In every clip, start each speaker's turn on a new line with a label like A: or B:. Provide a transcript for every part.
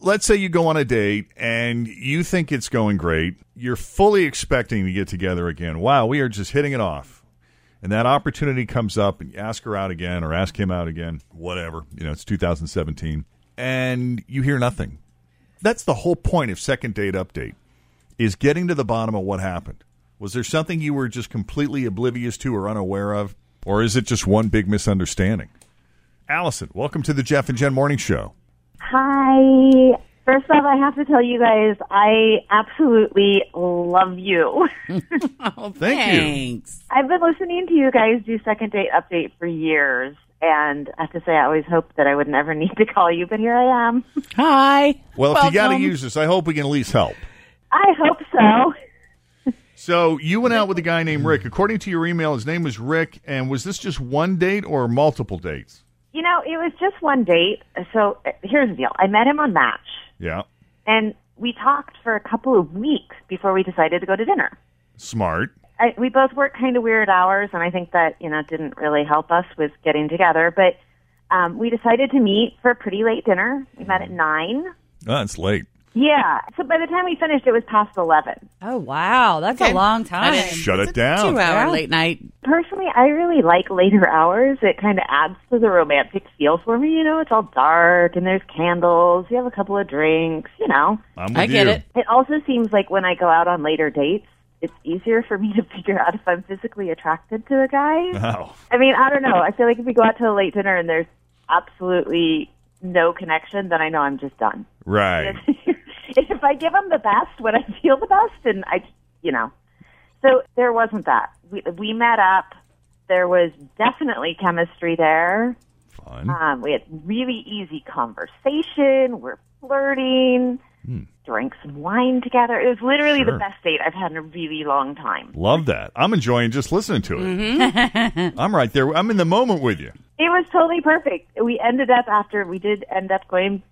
A: let's say you go on a date and you think it's going great. You're fully expecting to get together again. Wow, we are just hitting it off. And that opportunity comes up and you ask her out again or ask him out again, whatever. You know, it's 2017 and you hear nothing. That's the whole point of second date update is getting to the bottom of what happened. Was there something you were just completely oblivious to or unaware of? Or is it just one big misunderstanding? Allison, welcome to the Jeff and Jen Morning Show.
B: Hi. First off, I have to tell you guys, I absolutely love you.
C: Oh,
A: Thank you.
C: thanks.
B: I've been listening to you guys do Second Date Update for years, and I have to say, I always hoped that I would never need to call you, but here I am.
C: Hi.
A: Well, if you got to
C: Welcome.
A: use this, I hope we can at least help.
B: I hope so.
A: So you went out with a guy named Rick. According to your email, his name was Rick. And was this just one date or multiple dates?
B: You know, it was just one date. So uh, here's the deal I met him on Match,
A: Yeah.
B: and we talked for a couple of weeks before we decided to go to dinner.
A: Smart.
B: I, we both work kind of weird hours, and I think that you know didn't really help us with getting together. But um, we decided to meet for a pretty late dinner. We met at nine.
A: Oh, it's late.
B: Yeah. So by the time we finished, it was past eleven.
D: Oh wow, that's a long time.
A: Shut it
C: Two
A: down.
C: hour
D: Yeah.
C: late night.
B: Personally, I really like later hours. It kind of adds to the romantic feel for me. You know, it's all dark and there's candles. You have a couple of drinks. You know,
A: I'm with
C: I get
A: you.
C: it.
B: it also seems like when I go out on later dates, it's easier for me to figure out if I'm physically attracted to a guy.
A: Wow.
B: I mean, I don't know. I feel like if we go out to a late dinner and there's absolutely no connection, then I know I'm just done.
A: Right.
B: if I give them the best, when I feel the best, and I, you know, so there wasn't that. We we met up. There was definitely chemistry there.
A: Fun.
B: Um, we had really easy conversation. We're flirting. Drank some wine together. It was literally
A: Sure.
B: the best date I've had in a really long time.
A: Love that. I'm enjoying just listening to it.
C: Mm-hmm.
A: I'm right there. I'm in the moment with you.
B: It was totally perfect. We ended up after we did end up going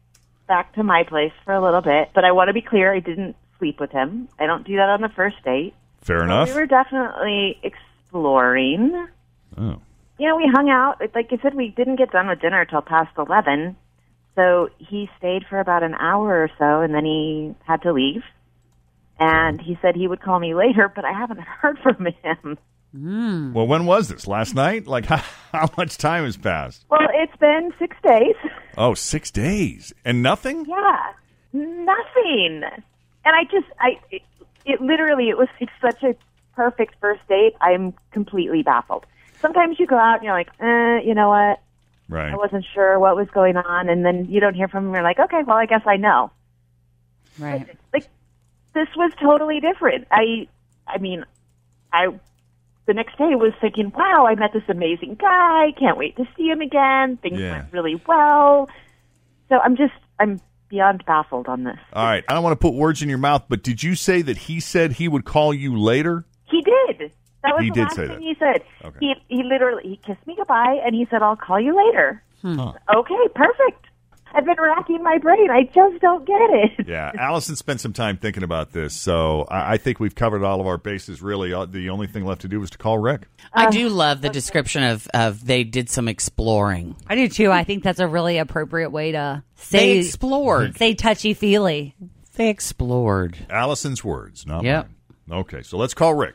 B: back to my place for a little bit, but I want to be clear, I didn't sleep with him. I don't do that on the first date.
A: Fair enough.
B: We were definitely exploring.
A: Oh.
B: You know, we hung out. Like I said, we didn't get done with dinner till past eleven, so he stayed for about an hour or so, and then he had to leave. And he said he would call me later, but I haven't heard from him.
A: Well, when was this? Last night? Like, how, how much time has passed?
B: Well, it's been six days.
A: Oh, six days. And nothing?
B: Yeah, nothing. And I just, I, it, it literally, it was it's such a perfect first date. I'm completely baffled. Sometimes you go out and you're like, eh, you know what?
A: Right.
B: I wasn't sure what was going on, and then you don't hear from them. You're like, okay, well, I guess I know.
D: Right.
B: Like, this was totally different. I, I mean, I, the next day was thinking, wow, I met this amazing guy. Can't wait to see him again. Things
A: Yeah.
B: went really well. So I'm just, I'm beyond baffled on this.
A: All right. I don't want to put words in your mouth, but did you say that he said he would call you later?
B: He did. That was
A: He
B: the
A: did
B: last
A: say
B: thing
A: that.
B: he said.
A: Okay.
B: He he literally he kissed me goodbye and he said, "I'll call you later."
A: Hmm.
B: Okay, perfect. I've been racking my brain. I just don't get it.
A: Yeah, Allison spent some time thinking about this, so I, I think we've covered all of our bases. Really, Uh, the only thing left to do is to call Rick.
D: Uh,
C: I do love the description of, of they did some exploring.
D: I do too. I think that's a really appropriate way to
C: They
D: say
C: explored.
D: say touchy feely.
C: They explored.
A: Allison's words, not
C: Yep.
A: mine. Okay, so let's call Rick.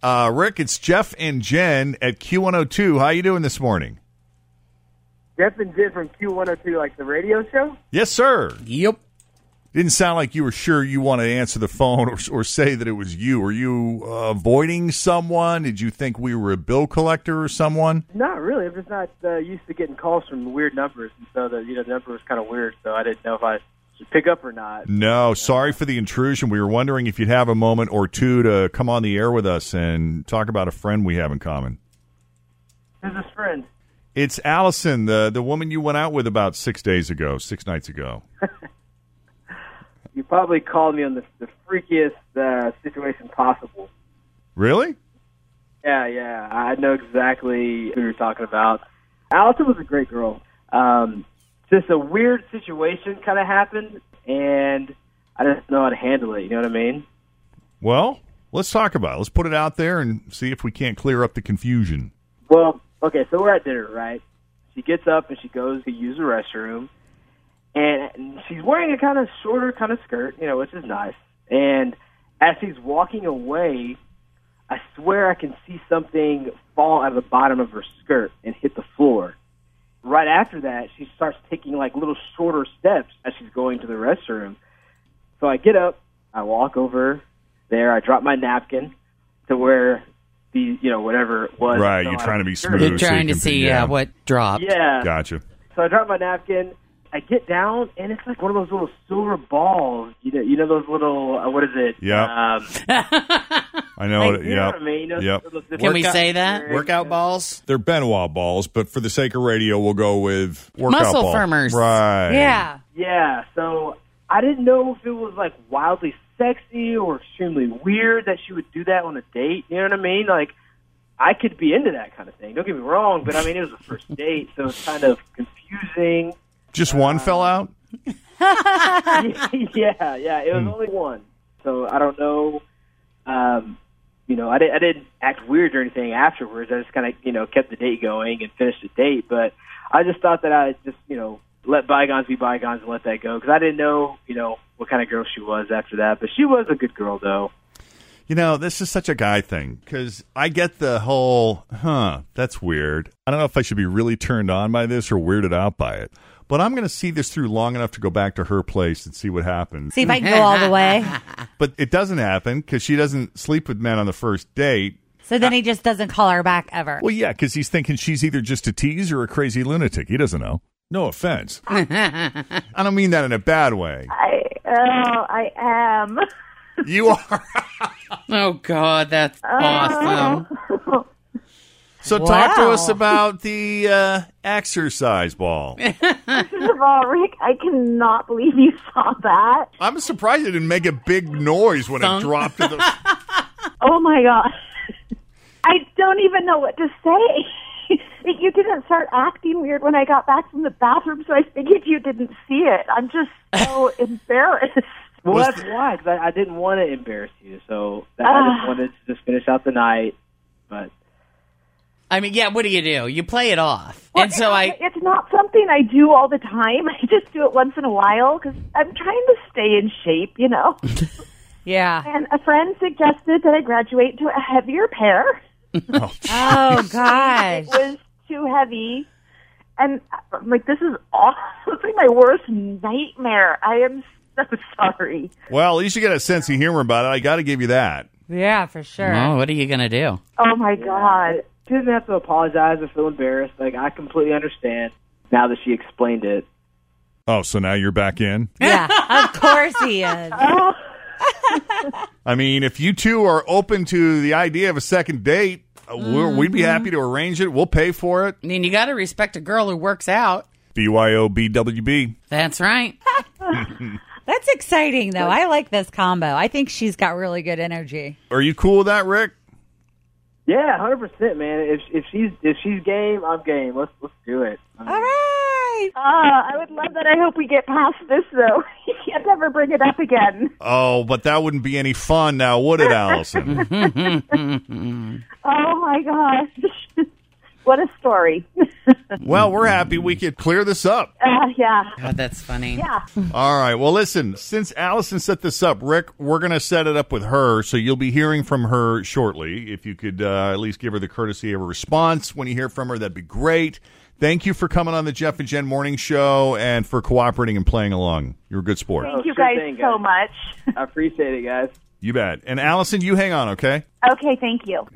A: Uh, Rick, it's Jeff and Jen at Q102. How you doing this morning?
E: oh Jeff and Jim from Q102, like the radio show?
A: Yes, sir.
C: Yep.
A: didn't sound like you were sure you wanted to answer the phone or, or say that it was you. Were you uh, avoiding someone? Did you think we were a bill collector or someone?
E: Not really. I'm just not uh, used to getting calls from weird numbers, and so the you know the number was kind of weird, so I didn't know if I should pick up or not.
A: No, sorry for the intrusion. We were wondering if you'd have a moment or two to come on the air with us and talk about a friend we have in common.
E: Who's this friend?
A: It's Allison, the the woman you went out with about six days ago, six nights ago.
E: You probably called me on the, the freakiest uh, situation possible.
A: Really?
E: Yeah, yeah. I know exactly who you're talking about. Allison was a great girl. Um, just a weird situation kind of happened, and I didn't know how to handle it. You know what I mean?
A: Well, let's talk about it. Let's put it out there and see if we can't clear up the confusion.
E: Well, okay, so we're at dinner, right? She gets up and she goes to use the restroom, and she's wearing a kind of shorter kind of skirt, you know, which is nice. And as she's walking away, I swear I can see something fall out of the bottom of her skirt and hit the floor. Right after that, she starts taking like little shorter steps as she's going to the restroom. So I get up, I walk over there, I drop my napkin to where the you know whatever it was.
A: Right,
E: fell
A: you're
E: out
A: trying to
E: of
A: be
E: the skirt.
A: smooth.
C: You're
A: so you
C: trying to
A: can
C: see
A: be- yeah.
C: uh, what dropped.
E: Yeah.
A: Gotcha.
E: So I drop my napkin. I get down, and it's like one of those little silver balls. You know, you know those little uh, what is it?
A: Yeah.
E: Um,
A: I know.
E: like,
A: it-
E: you know
A: yep.
E: what I mean? You know,
A: yep.
E: those little-
C: Can we say that?
F: Workout balls?
A: They're Benoit balls, but for the sake of radio, we'll go with workout
C: Muscle
A: ball.
C: firmers.
A: Right.
D: Yeah.
E: Yeah. So I didn't know if it was like wildly sexy or extremely weird that she would do that on a date. You know what I mean? Like I could be into that kind of thing. Don't get me wrong, but I mean it was a first date, so it's kind of confusing.
A: Just one fell out.
E: yeah, yeah. It was only one. So I don't know. Um, you know, I, did, I didn't act weird or anything afterwards. I just kind of, you know, kept the date going and finished the date. But I just thought that I just, you know, let bygones be bygones and let that go because I didn't know, you know, what kind of girl she was after that. But she was a good girl, though.
A: You know, this is such a guy thing because I get the whole, huh, that's weird. I don't know if I should be really turned on by this or weirded out by it, but I'm going to see this through long enough to go back to her place and see what happens.
D: See if I can go all the way.
A: But it doesn't happen because she doesn't sleep with men on the first date.
D: So then he just doesn't call her back ever.
A: Well, yeah, because he's thinking she's either just a tease or a crazy lunatic. He doesn't know. No offense. I don't mean that in a bad way.
B: I oh, I am.
A: You are.
C: Oh God, that's awesome.
A: So talk to
D: Wow.
A: us about the uh, exercise ball.
B: First of all, Rick, I cannot believe you saw that.
A: I'm surprised it didn't make a big noise when it dropped to the.
B: Oh my god. I don't even know what to say. you didn't start acting weird when I got back from the bathroom, so I figured you didn't see it. I'm just so embarrassed.
E: Well, that's why, 'cause I, I didn't want to embarrass you. So that, I just wanted to just finish out the night. But
C: I mean, yeah. What do you do? You play it off, and so I.
B: It's not something I do all the time. I just do it once in a while because I'm trying to stay in shape, you know?
D: Yeah.
B: and a friend suggested that I graduate to a heavier pair.
D: Oh gosh.
B: It was too heavy. And I'm like, this is awful. It's like my worst nightmare. I am so sorry.
A: Well, at least you got a sense of humor about it. I got to give you that.
D: Yeah, for sure.
C: Oh, what are you gonna do?
B: Oh my god.
E: she doesn't have to apologize or feel embarrassed. Like, I completely understand now that she explained it.
A: Oh, so now you're back in?
D: Yeah. Of course he is.
A: I mean, if you two are open to the idea of a second date, uh, we're, we'd be happy to arrange it. We'll pay for it.
C: I mean, you got to respect a girl who works out.
A: BYOBWB.
C: That's right.
D: That's exciting though. I like this combo. I think she's got really good energy.
A: Are you cool with that, Rick?
E: Yeah, hundred percent, man. If if she's if she's game, I'm game. Let's let's do it. I mean,
D: All right.
B: Ah, I would love that. I hope we get past this, though. you can't ever bring it up again.
A: Oh, but that wouldn't be any fun now, would it, Allison?
B: Oh my gosh. what a story.
A: Well, we're happy we could clear this up.
B: Uh, yeah.
C: God, that's funny.
B: Yeah.
A: All right. Well, listen, since Allison set this up, Rick, we're going to set it up with her. So you'll be hearing from her shortly. If you could uh, at least give her the courtesy of a response when you hear from her, that'd be great. Thank you for coming on the Jeff and Jen Morning Show and for cooperating and playing along. You're a good sport.
B: Thank
E: Oh,
B: you
E: sure
B: guys
E: thing,
B: so
E: guys.
B: much.
E: I appreciate it, guys.
A: You bet. And Allison, you hang on, okay?
B: Okay, thank you.